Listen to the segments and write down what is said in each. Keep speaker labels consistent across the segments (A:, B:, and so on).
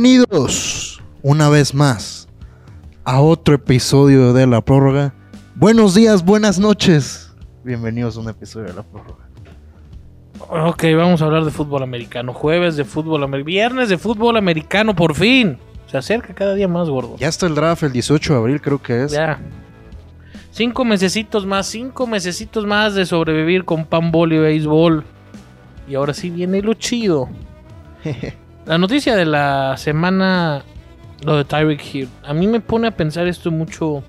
A: Bienvenidos una vez más a otro episodio de La Prórroga. Buenos días, buenas noches. Bienvenidos a un episodio de La Prórroga.
B: Ok, vamos a hablar de fútbol americano. Jueves de fútbol americano. Viernes de fútbol americano, por fin. Se acerca cada día más, gordo.
A: Ya está el draft el 18 de abril, creo que es.
B: Ya. Cinco mesecitos más, cinco mesecitos más de sobrevivir con pan, bol y béisbol. Y ahora sí viene lo chido. La noticia de la semana, lo de Tyreek Hill, a mí me pone a pensar esto mucho.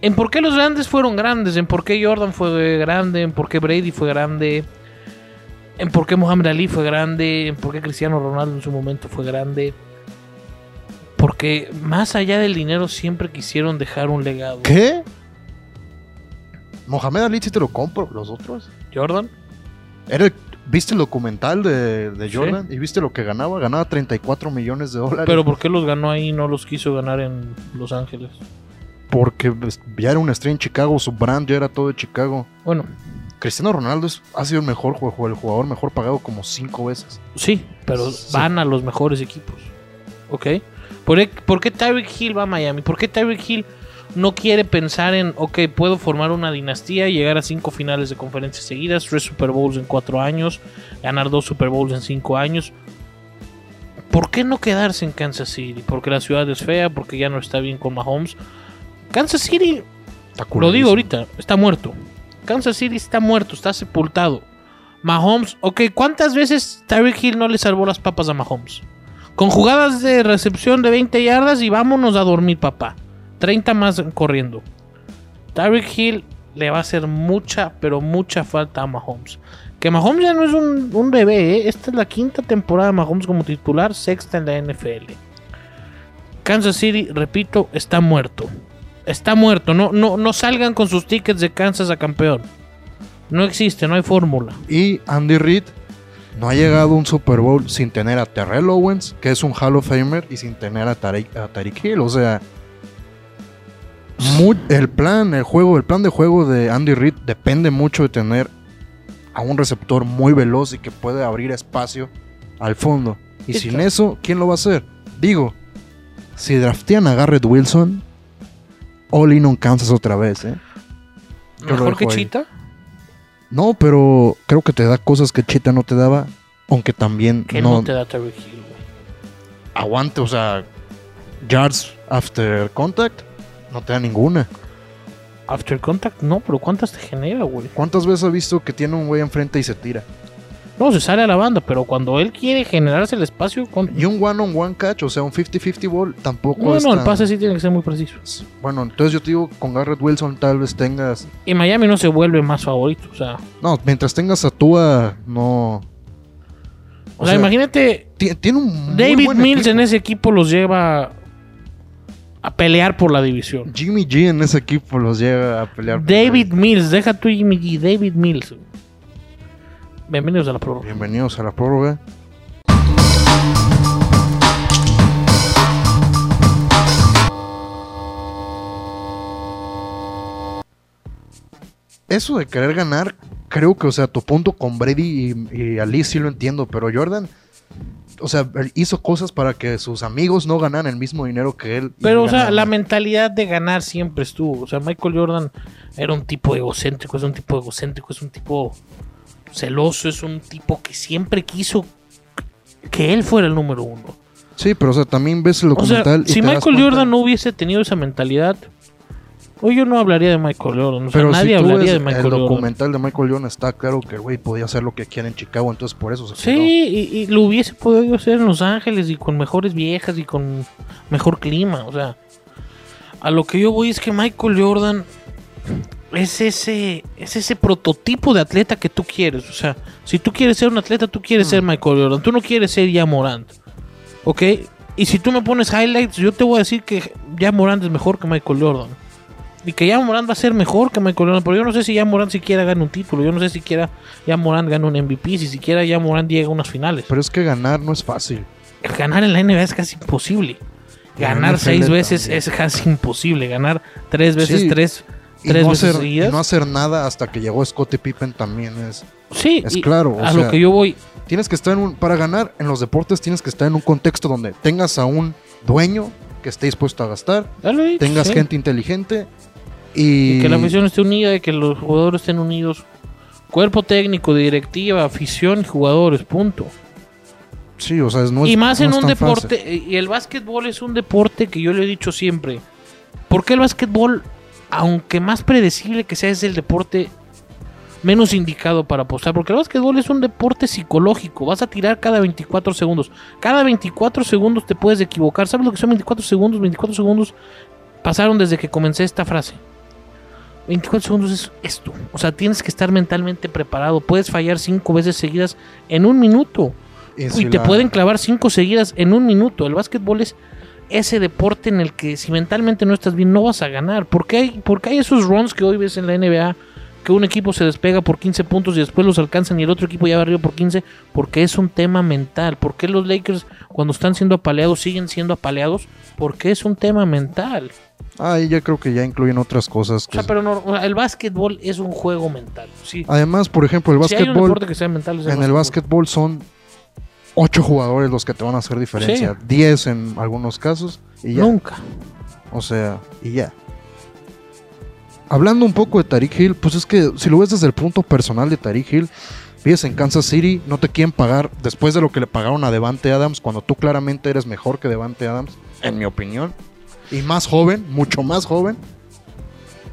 B: En por qué los grandes fueron grandes, en por qué Jordan fue grande, en por qué Brady fue grande, en por qué Muhammad Ali fue grande, en por qué Cristiano Ronaldo en su momento fue grande. Porque más allá del dinero siempre quisieron dejar un legado.
A: ¿Qué? Mohamed Ali, si te lo compro, los otros.
B: Jordan,
A: Era el- ¿Viste el documental de, de Jordan? ¿Y viste lo que ganaba? Ganaba 34 millones de dólares.
B: pero ¿por qué los ganó ahí y no los quiso ganar en Los Ángeles?
A: porque pues, ya era un estrella en Chicago, su brand ya era todo de Chicago.
B: Bueno,
A: Cristiano Ronaldo es- ha sido el mejor jugador, el jugador mejor pagado como cinco veces.
B: Sí, pero
A: Sí.
B: van a los mejores equipos. ¿Ok? ¿Por, e- por qué Tyreek Hill va a Miami? ¿Por qué Tyreek Hill no quiere pensar en, ok, puedo formar una dinastía, llegar a cinco finales de conferencias seguidas, tres Super Bowls en cuatro años, ganar dos Super Bowls en cinco años? ¿Por qué no quedarse en Kansas City? Porque la ciudad es fea, porque ya no está bien con Mahomes. Kansas City
A: Está
B: lo
A: culerísimo.
B: digo ahorita, está muerto. Kansas City está muerto, está sepultado. Mahomes, ok, ¿cuántas veces Tyreek Hill no le salvó las papas a Mahomes? Con jugadas de recepción de 20 yardas y vámonos a dormir, papá. 30 más corriendo. Tyreek Hill le va a hacer mucha, pero mucha falta a Mahomes. Que Mahomes ya no es un, un bebé, ¿eh? Esta es la quinta temporada de Mahomes como titular, sexta en la NFL. Kansas City, repito, está muerto. Está muerto. No, no, no salgan con sus tickets de Kansas a campeón. No existe, no hay fórmula.
A: Y Andy Reid no ha llegado a un Super Bowl sin tener a Terrell Owens, que es un Hall of Famer, y sin tener a Tariq, a Tyreek Hill. O sea, mu- el plan, el juego, el plan de juego de Andy Reid depende mucho de tener a un receptor muy veloz y que puede abrir espacio al fondo. Y
B: Sí,
A: sin
B: claro.
A: eso, ¿quién lo va a hacer? Digo, si draftean a Garrett Wilson, all in on Kansas otra vez, ¿eh? Yo lo
B: Mejor
A: dejo
B: que
A: ahí.
B: Chita.
A: No, pero creo que te da cosas que Chita no te daba, aunque también
B: Que no,
A: no,
B: te da Tyreek Hill, güey.
A: aguante, o sea, yards after contact, no te da ninguna.
B: After contact, no, pero ¿cuántas te genera, güey?
A: ¿Cuántas veces has visto que tiene un güey enfrente y se tira?
B: No, se sale a la banda, pero cuando él quiere generarse el espacio, con...
A: Y un one-on-one catch, o sea, un 50-50 ball, tampoco
B: no,
A: es
B: no, el
A: tan-
B: pase sí tiene que ser muy preciso.
A: Bueno, entonces yo te digo, con Garrett Wilson tal vez tengas...
B: Y Miami no se vuelve más favorito, o sea.
A: No, mientras tengas a Tua, no...
B: O, sea, imagínate,
A: ti- Tiene un muy
B: David
A: buen
B: Mills
A: equipo.
B: en ese equipo los lleva a pelear por la división.
A: Jimmy G en ese equipo los llega a pelear. por
B: e- David Mills, deja tú Jimmy G, David Mills. Bienvenidos a la
A: el-
B: prórroga.
A: Bienvenidos a la prórroga. eso de querer ganar, creo que, o sea, tu punto con Brady y, y Ali sí lo entiendo, pero Jordan, o sea, él hizo cosas para que sus amigos no ganan el mismo dinero que él. y
B: Pero, o sea,
A: ganaran.
B: la mentalidad de ganar siempre estuvo. O sea, Michael Jordan era un tipo egocéntrico, es un tipo egocéntrico, es un tipo celoso, es un tipo que siempre quiso que él fuera el número uno.
A: Sí, pero, o sea, también ves el
B: O sea,
A: documental. y
B: si
A: te das
B: Michael
A: cuenta-
B: Jordan no hubiese tenido esa mentalidad, hoy yo no hablaría de Michael Jordan. O sea,
A: Pero si
B: nadie
A: tú
B: hablaría
A: ves
B: de Michael
A: el
B: Jordan.
A: documental de Michael Jordan está claro que el güey podía hacer lo que quiera en Chicago, entonces por eso se quedó.
B: Sí, y, y lo hubiese podido hacer en Los Ángeles y con mejores viejas y con mejor clima. O sea, a lo que yo voy es que Michael Jordan es ese, es ese prototipo de atleta que tú quieres. O sea, si tú quieres ser un atleta, tú quieres
A: Mm.
B: ser Michael Jordan. Tú no quieres ser ya Morant. ¿Ok? Y si tú me pones highlights, yo te voy a decir que ya Morant es mejor que Michael Jordan. Y que ya Morant va a ser mejor que Michael Jordan. Pero yo no sé si ya Morant siquiera gana un título. Yo no sé siquiera ya Morant gana un MVP. Si siquiera ya Morant llega a unas finales.
A: Pero es que ganar no es fácil.
B: Ganar en la NBA es casi imposible.
A: Y en la
B: Ganar
A: NFL
B: seis veces
A: también.
B: es casi imposible. Ganar tres veces
A: Sí.
B: tres
A: y
B: tres
A: no
B: veces
A: hacer, y
B: seguidas.
A: no hacer nada hasta que llegó Scottie Pippen también es.
B: sí,
A: es
B: y
A: claro, o
B: A
A: sea-
B: lo que yo voy,
A: Tienes que estar en un. Para ganar en los deportes, tienes que estar en un contexto donde tengas a un dueño que esté dispuesto a gastar,
B: dale, sí.
A: tengas gente inteligente
B: Y
A: y.
B: que la afición esté unida, y que los jugadores estén unidos. Cuerpo técnico, directiva, afición y jugadores, punto.
A: Sí, o sea, es- no es-
B: y más
A: no
B: en
A: es
B: un
A: tan fácil.
B: deporte, eh, y el básquetbol es un deporte que yo le he dicho siempre. Porque el básquetbol, aunque más predecible que sea, es el deporte menos indicado para apostar? Porque el básquetbol es un deporte psicológico. Vas a tirar cada 24 segundos. Cada 24 segundos te puedes equivocar. ¿Sabes lo que son 24 segundos? 24 segundos pasaron desde que comencé esta frase. 24 segundos es esto. O sea, tienes que estar mentalmente preparado. Puedes fallar 5 veces seguidas en un minuto.
A: Y
B: Y
A: si
B: te
A: la-
B: pueden clavar cinco seguidas en un minuto. El básquetbol es ese deporte en el que si mentalmente no estás bien no vas a ganar. Porque hay, porque hay esos runs que hoy ves en la NBA que un equipo se despega por 15 puntos y después los alcanzan y el otro equipo ya va arriba por 15 porque es un tema mental. ¿Por qué los Lakers cuando están siendo apaleados siguen siendo apaleados? Porque es un tema mental.
A: Ahí Ah, ya creo que ya incluyen otras cosas.
B: O sea,
A: que-
B: pero no, o sea, el básquetbol es un juego mental. Sí.
A: Además, por ejemplo, Ah, el
B: Si hay un
A: básquetbol.
B: deporte que sea mental, es
A: en el básquetbol son ocho jugadores los que te van a hacer diferencia. 10 en algunos casos y ya.
B: Nunca.
A: O sea, y ya. Hablando un poco de Tariq Hill, pues es que si lo ves desde el punto personal de Tariq Hill, vives en Kansas City, no te quieren pagar después de lo que le pagaron a Devante Adams, cuando tú claramente eres mejor que Devante Adams, en mi opinión. Y más joven, mucho más joven.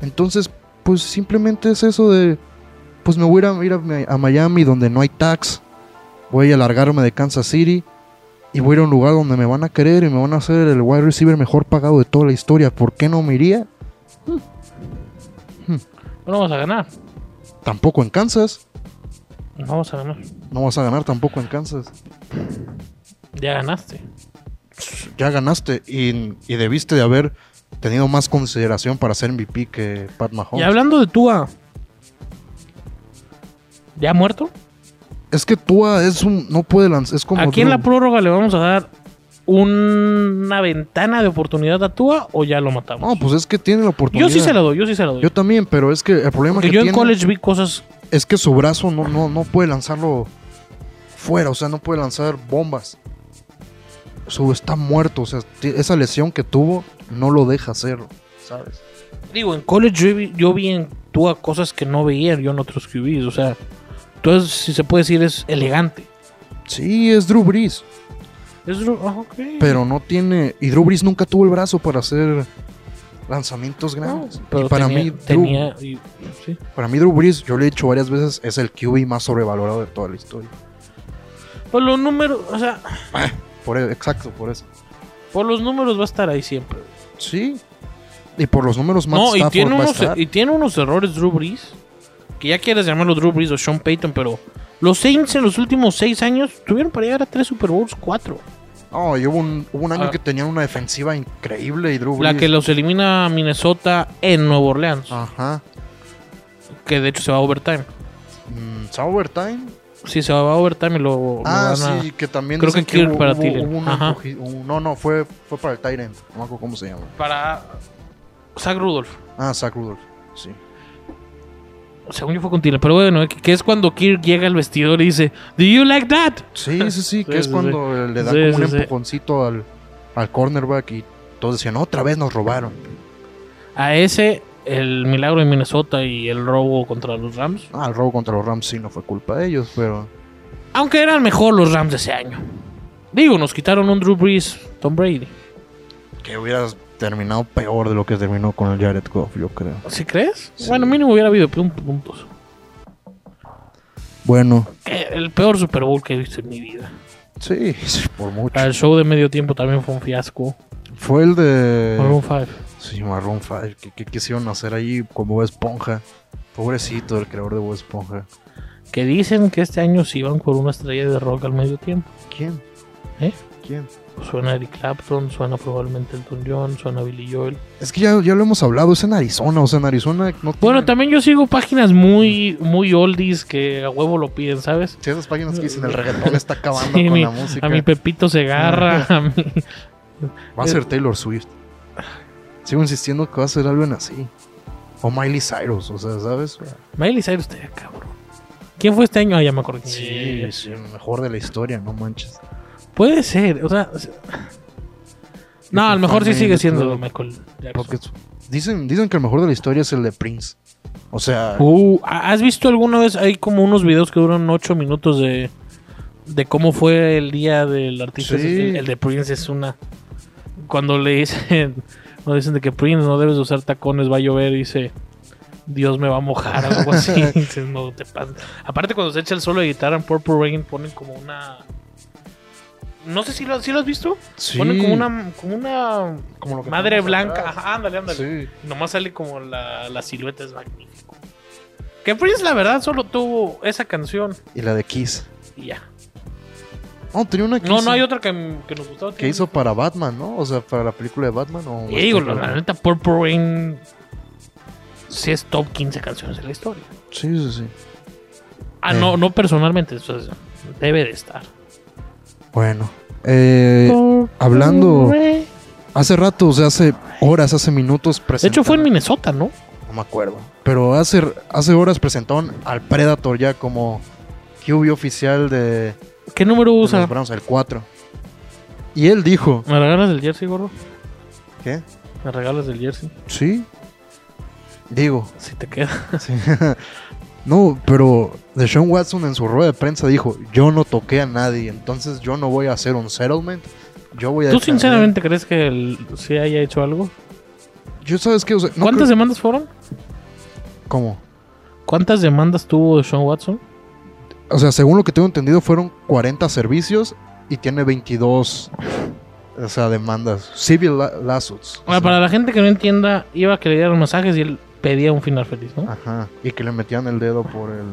A: Entonces, pues simplemente es eso de, pues me voy a ir a, ir a- a Miami donde no hay tax, voy a alargarme de Kansas City, y voy a ir a un lugar donde me van a querer y me van a hacer el wide receiver mejor pagado de toda la historia, ¿por qué no me iría?
B: No vas a ganar.
A: Tampoco en Kansas.
B: No vas a ganar.
A: No vas a ganar tampoco en Kansas.
B: Ya ganaste.
A: Ya ganaste y, y debiste de haber tenido más consideración para ser MVP que Pat
B: Y
A: Mahomes.
B: hablando de Tua, ¿ya muerto?
A: Es que Tua es un... No puede lanzar... Es como...
B: Aquí en
A: Drew.
B: la prórroga le vamos a dar una ventana de oportunidad a Tua o ya lo matamos.
A: No, pues es que tiene la oportunidad.
B: yo sí se la doy, yo sí se la doy.
A: Yo también, pero es que el problema
B: Porque
A: que
B: yo en
A: tiene
B: college vi cosas.
A: es que su brazo no, no, no puede lanzarlo fuera, o sea, no puede lanzar bombas. Su está muerto, o sea, ti- esa lesión que tuvo no lo deja hacerlo, ¿sabes?
B: Digo, en college yo vi, yo vi en Tua cosas que no veía yo en otros QBs. O sea, entonces, si se puede decir, es elegante.
A: Sí, es Drew Brees,
B: Es, ru- ah, ok.
A: pero no tiene. Y Drew Brees nunca tuvo el brazo para hacer lanzamientos
B: No,
A: grandes.
B: Ah, pero
A: y para,
B: tenía-
A: mí,
B: tenía- y- sí.
A: Drew, para mí, Drew Brees, yo le he dicho varias veces, es el QB más sobrevalorado de toda la historia.
B: Por los números, o sea,
A: Por e- exacto, por eso.
B: por los números va a estar ahí siempre.
A: Sí. Y por los números más
B: No, y tiene, unos, y tiene unos errores Drew Brees. Que ya quieres llamarlo Drew Brees o Sean Payton, pero los Saints en los últimos seis años tuvieron para llegar a tres Super Bowls, cuatro.
A: No, y hubo un, hubo un año
B: Ah.
A: que tenían una defensiva increíble y Drew
B: La
A: Brees- Ah.
B: que los elimina Minnesota en Nueva Orleans,
A: Ajá.
B: que de hecho se va a overtime.
A: Mm, ¿Sauertime?
B: Sí, se va a overtime y lo, lo
A: Ah,
B: van a-
A: sí, que también.
B: Creo
A: dicen
B: que Kirk para Thielen.
A: un
B: Ajá.
A: empuji- un- No, no, fue, fue para el Tyrant. No me acuerdo cómo se llama.
B: para Zach Rudolph.
A: Ah, Zach Rudolph. Sí.
B: Según yo fue con Thielen, pero bueno, eh, que, que es cuando Kirk llega al vestidor y dice, ¿Do you like that?
A: Sí, sí, sí, que
B: Sí,
A: es
B: sí,
A: cuando eh, le da
B: Sí,
A: como
B: sí,
A: un
B: sí.
A: empujoncito al, al cornerback y todos decían, otra vez nos robaron.
B: A ese, el milagro de Minnesota y el robo contra los Rams.
A: Ah, el robo contra los Rams sí no fue culpa de ellos, pero.
B: Aunque eran mejor los Rams de ese año. Digo, nos quitaron un Drew Brees, Tom Brady.
A: Que hubieras terminado peor de lo que terminó con el Jared Goff, yo creo.
B: ¿Sí crees?
A: Sí.
B: Bueno, mínimo hubiera habido pun- puntos.
A: Bueno,
B: Eh, El peor Super Bowl que he visto en mi vida.
A: sí, sí, por mucho.
B: El show de medio tiempo también fue un fiasco.
A: Fue el de.
B: Maroon five.
A: Sí, Maroon 5. ¿Qué, qué quisieron hacer ahí con Bob Esponja? Pobrecito el creador de Bob Esponja.
B: Que dicen que este año se iban por una estrella de rock al medio tiempo.
A: ¿Quién?
B: ¿Eh?
A: ¿Quién?
B: Suena Eric Clapton, suena probablemente Elton John, suena Billy Joel.
A: Es que ya, ya lo hemos hablado, es en Arizona. O sea, en Arizona no
B: Bueno,
A: tienen-
B: también yo sigo páginas muy, muy oldies que a huevo lo piden, ¿sabes?
A: Sí, esas páginas que dicen el reggaetón está acabando
B: Sí,
A: con
B: mi-
A: la música.
B: A mi Pepito se agarra, a mi...
A: Va a ser Taylor Swift. Sigo insistiendo que va a ser algo en así. O Miley Cyrus, o sea, ¿sabes?
B: Miley Cyrus está ya, cabrón. ¿Quién fue este año? Ah, ya me acordé.
A: Sí, sí, mejor de la historia, no manches.
B: Puede ser, o sea. o sea- No, a lo mejor sí sigue siendo Michael Jackson.
A: Porque es- dicen, dicen que el mejor de la historia es el de Prince. O sea,
B: Uh, ¿ha- ¿has visto alguna vez? Hay como unos videos que duran 8 minutos de, de cómo fue el día del artista.
A: Sí.
B: El, el de Prince es una. Cuando le dicen, cuando dicen de que Prince no debes de usar tacones, va a llover, dice Dios me va a mojar, o algo así. Dices, no te pases. Aparte, cuando se echa el solo de guitarra en Purple Rain, ponen como una. No sé si lo, ¿sí lo has visto.
A: sí.
B: Ponen como una, como una
A: Como lo que
B: madre
A: tenemos
B: blanca.
A: atrás.
B: Ajá, ándale, ándale.
A: Sí.
B: Y Nomás sale como la, la silueta, es magnífico. Que Prince, la verdad, solo tuvo esa canción
A: Y la de Kiss.
B: y ya.
A: No, tenía una que
B: No,
A: hizo-
B: no hay otra que, que nos gustó.
A: que hizo para Batman, ¿no? O sea, para la película de Batman. O
B: Y digo, la, la neta, Purple Rain sí es top 15 canciones de la historia.
A: Sí, sí, sí.
B: Ah,
A: Eh.
B: no, no personalmente, entonces debe de estar.
A: Bueno. eh,
B: Purple
A: hablando-
B: Rain.
A: hace rato, o sea, hace horas, hace minutos.
B: De hecho, fue
A: presentaron-
B: en Minnesota, ¿no?
A: No me acuerdo. Pero hace, hace horas presentaron al Predator ya como QB oficial de, de
B: ¿Qué número usa?
A: los Browns, el 4. Y él dijo.
B: ¿Me regalas el jersey, gordo?
A: ¿Qué?
B: ¿Me regalas el jersey?
A: Sí. Digo.
B: Si te queda.
A: sí. no, pero Deshaun Watson en su rueda de prensa dijo: Yo no toqué a nadie, entonces yo no voy a hacer un settlement. Yo voy a.
B: ¿Tú
A: defender".
B: sinceramente crees que el, sí haya hecho algo?
A: Yo sabes qué, o sea, no
B: ¿Cuántas
A: creo-
B: demandas fueron?
A: ¿Cómo?
B: ¿Cuántas demandas tuvo de Sean Watson?
A: O sea, según lo que tengo entendido, fueron 40 servicios y tiene 22 o sea, demandas. Civil la- lawsuits.
B: Ahora, Ah, para la gente que no entienda, iba a que le dieran masajes y él pedía un final feliz, ¿no?
A: Ajá. Y que le metían el dedo por el.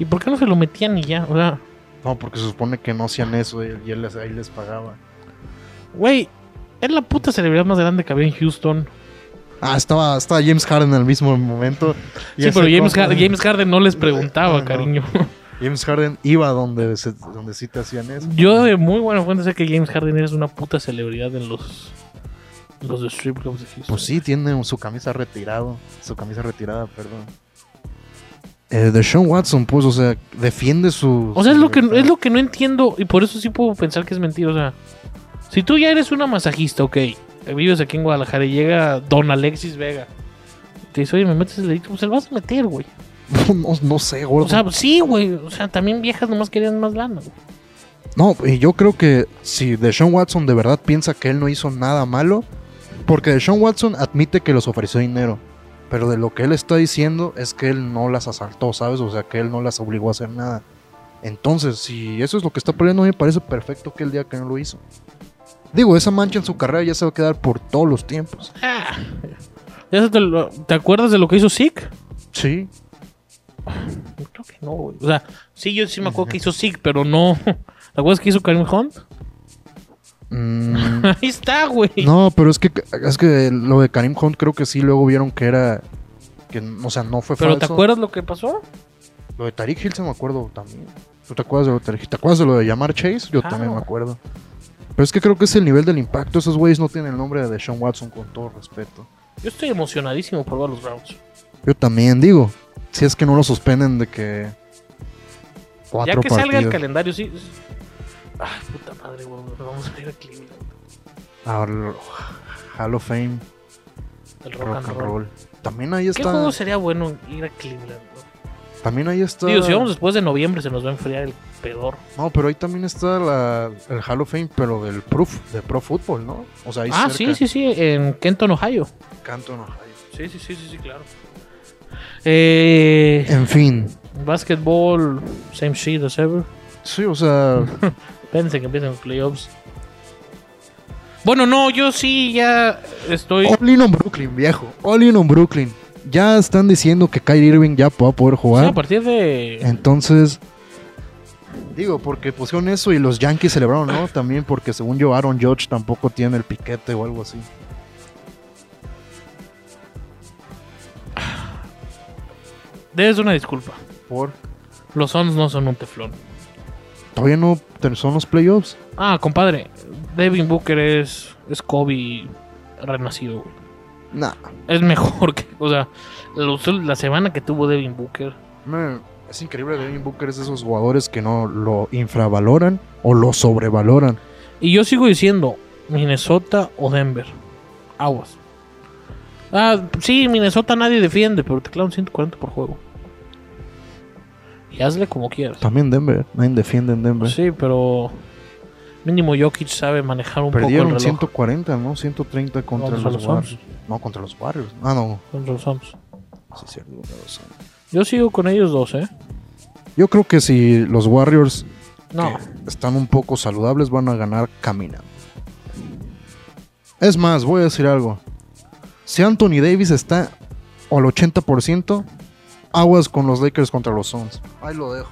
B: ¿Y por qué no se lo metían y ya? O sea,
A: No, porque se supone que no hacían eso y, y él les, ahí les pagaba.
B: güey, es la puta celebridad más grande que había en Houston.
A: Ah, estaba, estaba James Harden en el mismo momento. Y
B: Sí,
A: ese
B: pero James,
A: compa-
B: Har- James Harden no les
A: Ah,
B: preguntaba,
A: no.
B: cariño.
A: James Harden iba donde, se- donde sí te hacían eso.
B: Yo eh, de muy buena fuente sé que James Harden es una puta celebridad en los, en los strip clubs de Houston.
A: Pues sí, tiene su camisa retirado. Su camisa retirada, perdón. Eh, de Sean Watson, pues, o sea, defiende su.
B: O sea, es
A: su
B: lo que
A: libertad.
B: es lo que no entiendo y por eso sí puedo pensar que es mentira. O sea, si tú ya eres una masajista, ok, vives aquí en Guadalajara y llega Don Alexis Vega, te dice, oye, me metes el dedito, pues se lo vas a meter, güey.
A: No, no sé, gordo.
B: O sea, sí, güey. O sea, también viejas nomás querían más lana, güey.
A: no, y yo creo que si Deshaun Watson de verdad piensa que él no hizo nada malo, porque Deshaun Watson admite que les ofreció dinero, pero de lo que él está diciendo es que él no las asaltó, ¿sabes? O sea, que él no las obligó a hacer nada. Entonces, si eso es lo que está peleando, a mí me parece perfecto que el día que no lo hizo. Digo, esa mancha en su carrera ya se va a quedar por todos los tiempos.
B: Ah. Ya se te, lo- ¿te acuerdas de lo que hizo Zeke?
A: Sí.
B: Yo Creo que no, güey. O sea, sí, yo sí me acuerdo que hizo Zeke, pero no. ¿Te acuerdas que hizo Karim Hunt?
A: Mm,
B: Ahí está, güey.
A: No, pero es que es que lo de Karim Hunt creo que sí luego vieron que era que o sea, no fue
B: pero ¿te
A: falso.
B: acuerdas lo que pasó?
A: Lo de Tariq Hill se me acuerdo también. ¿Tú te acuerdas de lo de Tariq Hill? ¿Te acuerdas de lo de llamar Chase? Yo
B: Claro.
A: también me acuerdo. Pero es que creo que es el nivel del impacto. Esos güeyes no tienen el nombre de Sean Watson con todo respeto.
B: Yo estoy emocionadísimo por ver a los Browns.
A: Yo también digo, si es que no lo suspenden de que
B: Ya
A: cuatro
B: que salga el
A: partidos.
B: calendario, sí. Ay, puta madre, güey. Vamos a ir a Cleveland.
A: Al Hall of Fame
B: El rock,
A: Rock
B: and
A: and
B: roll.
A: Roll. También ahí
B: ¿Qué
A: está.
B: juego sería bueno ir a Cleveland? güey?
A: También ahí está.
B: Digo, si vamos después de noviembre, se nos va a enfriar el pedor.
A: No, pero ahí también está la, el Hall of Fame, pero del Proof, de Pro Football, ¿no? O sea, ahí
B: Ah,
A: cerca.
B: sí, sí, sí. En Kenton, Ohio.
A: Canton, Ohio.
B: Sí, sí, sí, sí, sí, claro. Eh,
A: En fin.
B: basketball, same shit as ever.
A: Sí, o sea,
B: Espérense que empiecen los playoffs. Bueno, no, yo sí ya estoy.
A: All in on Brooklyn, viejo. All in on Brooklyn. Ya están diciendo que Kyrie Irving ya va a poder
B: Sí,
A: jugar.
B: a partir
A: Eh.
B: de.
A: Entonces, digo, porque pusieron eso y los Yankees celebraron, ¿no? También porque según yo, Aaron Judge tampoco tiene el piquete o algo así.
B: Debes una disculpa.
A: Por.
B: Los Suns no son un teflón.
A: Todavía no te- son los playoffs.
B: Ah, compadre, Devin Booker es, es Kobe renacido, güey.
A: Nah.
B: Es mejor que, o sea, los- la semana que tuvo Devin Booker.
A: Me- es increíble, Devin Booker es de esos jugadores que no lo infravaloran o lo sobrevaloran.
B: Y yo sigo diciendo, Minnesota o Denver. Aguas. Ah, sí, Minnesota nadie defiende, pero te clavan 140 por juego. Y hazle como quieras.
A: También Denver, nadie defiende en Denver.
B: Sí, pero mínimo Jokic sabe manejar un poco
A: Perdieron
B: el reloj.
A: 140, ¿no? 130 contra
B: No,
A: los,
B: contra los
A: Warriors. No, contra los Warriors. Ah, no.
B: Contra los Suns.
A: Sí, cierto, contra los Suns.
B: Yo sigo con ellos dos, ¿eh?
A: Yo creo que si los Warriors
B: No.
A: que están un poco saludables van a ganar caminando. Es más, voy a decir algo. Si Anthony Davis está al 80%, aguas con los Lakers contra los Suns. Ahí lo dejo.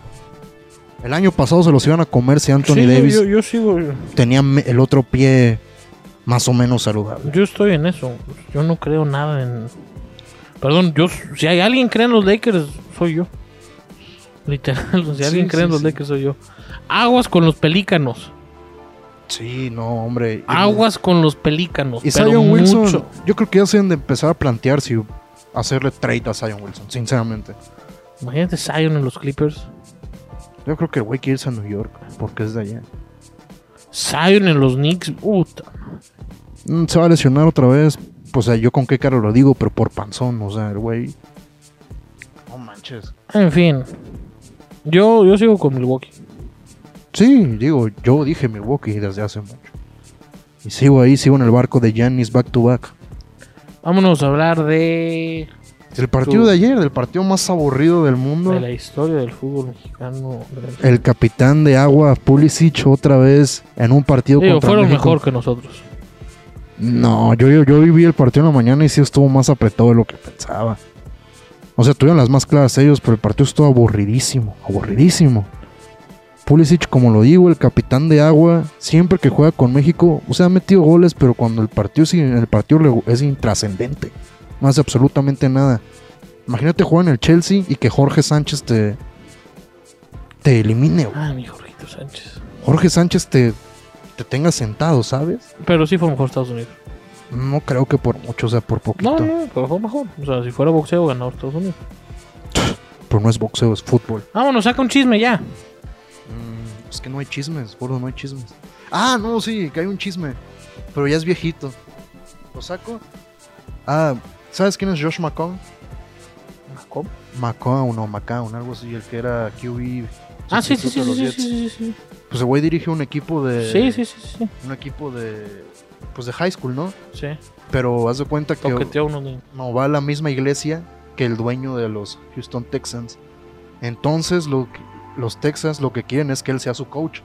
A: El año pasado se los iban a comer si Anthony
B: Sí,
A: Davis
B: Yo, yo sigo.
A: tenía me- el otro pie más o menos saludable.
B: Yo estoy en eso. Yo no creo nada en. Perdón, yo si hay alguien que cree en los Lakers, soy yo. Literal, si
A: Sí,
B: alguien cree en
A: sí,
B: los
A: sí.
B: Lakers, soy yo. Aguas con los pelícanos.
A: Sí, no, hombre.
B: Aguas con los pelícanos.
A: Y
B: pero
A: Zion Wilson,
B: mucho.
A: yo creo que ya se deben de empezar a plantear si hacerle trade a Zion Wilson, sinceramente.
B: Imagínate Zion en los Clippers.
A: Yo creo que el güey quiere irse a New York porque es de allá.
B: Zion en los Knicks. Puta.
A: Mm, Se va a lesionar otra vez. Pues o sea, yo con qué cara lo digo, pero por panzón, o sea, el güey. No manches.
B: En fin. Yo, yo sigo con Milwaukee.
A: Sí, digo, yo dije Milwaukee desde hace mucho. Y sigo ahí, sigo en el barco de Giannis back to back.
B: Vámonos a hablar de,
A: El partido
B: Tú.
A: de ayer, del partido más aburrido del mundo.
B: de la historia del fútbol mexicano.
A: El capitán de agua, Pulisic, otra vez en un partido
B: Digo,
A: contra
B: fueron
A: México.
B: mejor que nosotros.
A: No, yo, yo, yo viví el partido en la mañana y sí estuvo más apretado de lo que pensaba. O sea, tuvieron las más claras ellos, pero el partido estuvo aburridísimo, aburridísimo. Pulisic, como lo digo, el capitán de agua, siempre que juega con México, o sea, ha metido goles, pero cuando el partido, sí- el partido le- es intrascendente, no hace absolutamente nada. Imagínate jugar en el Chelsea y que Jorge Sánchez te, te elimine. güey.
B: Ah, mi Jorgito Sánchez.
A: Jorge Sánchez te, te tenga sentado, ¿sabes?
B: Pero sí fue mejor Estados Unidos.
A: No creo que por mucho, o sea, por poquito.
B: No, no, pero fue mejor. O sea, si fuera boxeo, ganaba Estados Unidos.
A: Pero no es boxeo, es fútbol.
B: Vámonos, saca un chisme ya.
A: Mm, es que no hay chismes, gordo, no hay chismes. Ah, no, sí, que hay un chisme. Pero ya es viejito. ¿Lo saco? Ah, ¿sabes quién es Josh McCown? McCown o McCown, algo así, el que era QB.
B: Ah, sí, sí, sí,
A: sustituto de los
B: sí, sí,
A: Jets. Eh,
B: sí, sí, sí.
A: Pues el güey dirige un equipo de.
B: Sí, sí, sí, sí.
A: Un equipo de. Pues de high school, ¿no?
B: Sí,
A: Pero haz de cuenta que.
B: toqueteó a unos niños.
A: no va a la misma iglesia que el dueño de los Houston Texans. Entonces lo que- los Texans lo que quieren es que él sea su coach.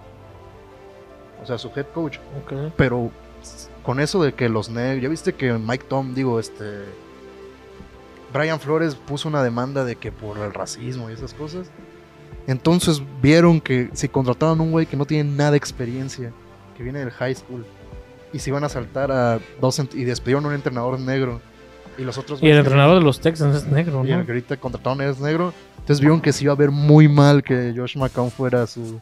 A: O sea, su head coach.
B: Ok.
A: Pero s- con eso de que los negros... Ya viste que Mike Tom, digo, este... Brian Flores puso una demanda de que por el racismo y esas cosas. Entonces vieron que si contrataban a un güey que no tiene nada de experiencia, que viene del high school, y se iban a saltar a dos ent- y despidieron a un entrenador negro. Y los otros
B: Y el
A: güeyes que-
B: entrenador de los Texans es negro,
A: y
B: ¿no?
A: el que ahorita contrataron es negro. Entonces vieron que se iba a ver muy mal que Josh McCown fuera su,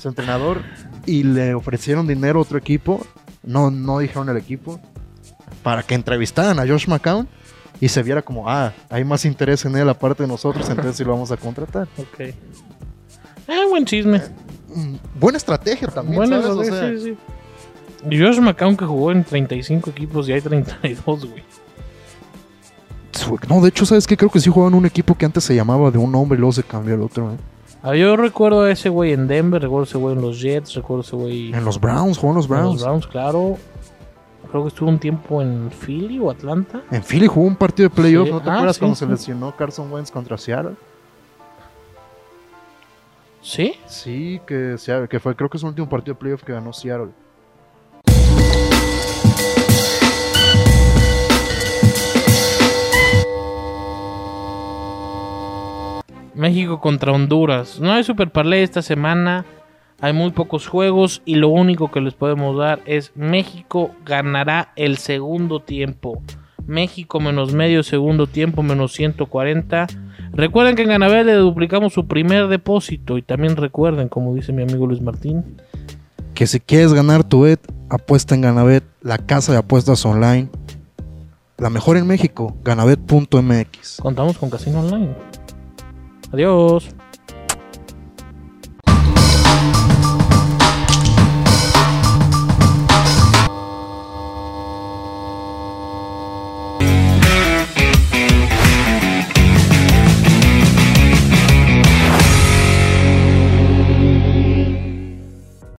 A: su entrenador. Y le ofrecieron dinero a otro equipo. No, no dijeron el equipo. Para que entrevistaran a Josh McCown. Y se viera como, ah, hay más interés en él aparte de nosotros. Entonces sí lo vamos a contratar.
B: Ok. Ah, buen chisme.
A: Mm, Buena estrategia también,
B: Bueno,
A: ¿sabes? O
B: sí,
A: sea,
B: sí, sí. Y Josh McCown que jugó en 35 equipos y hay 32, güey.
A: su- No, de hecho, ¿sabes qué? Creo que sí jugaban un equipo que antes se llamaba de un hombre y luego se cambió al otro. ¿eh?
B: Ah, yo recuerdo a ese güey en Denver, recuerdo a ese güey en los Jets, recuerdo a ese güey
A: En los Browns, jugaban los
B: en los
A: Browns.
B: Browns, claro. Creo que estuvo un tiempo en Philly o Atlanta.
A: En Philly jugó un partido de playoff,
B: Sí.
A: ¿no te
B: Ah,
A: acuerdas
B: sí,
A: cuando
B: sí.
A: se lesionó Carson Wentz contra Seattle?
B: ¿Sí?
A: Sí, que, Seattle- que fue creo que es el último partido de playoff que ganó Seattle.
B: México contra Honduras. No hay Super Parlay esta semana. Hay muy pocos juegos y lo único que les podemos dar es México ganará el segundo tiempo. México menos medio segundo tiempo menos 140. Recuerden que en Ganabel le duplicamos su primer depósito y también recuerden, como dice mi amigo Luis Martín,
A: Que si quieres ganar tu bet, apuesta en Ganabet, la casa de apuestas online. La mejor en México, ganabet.mx.
B: Contamos con Casino Online. Adiós.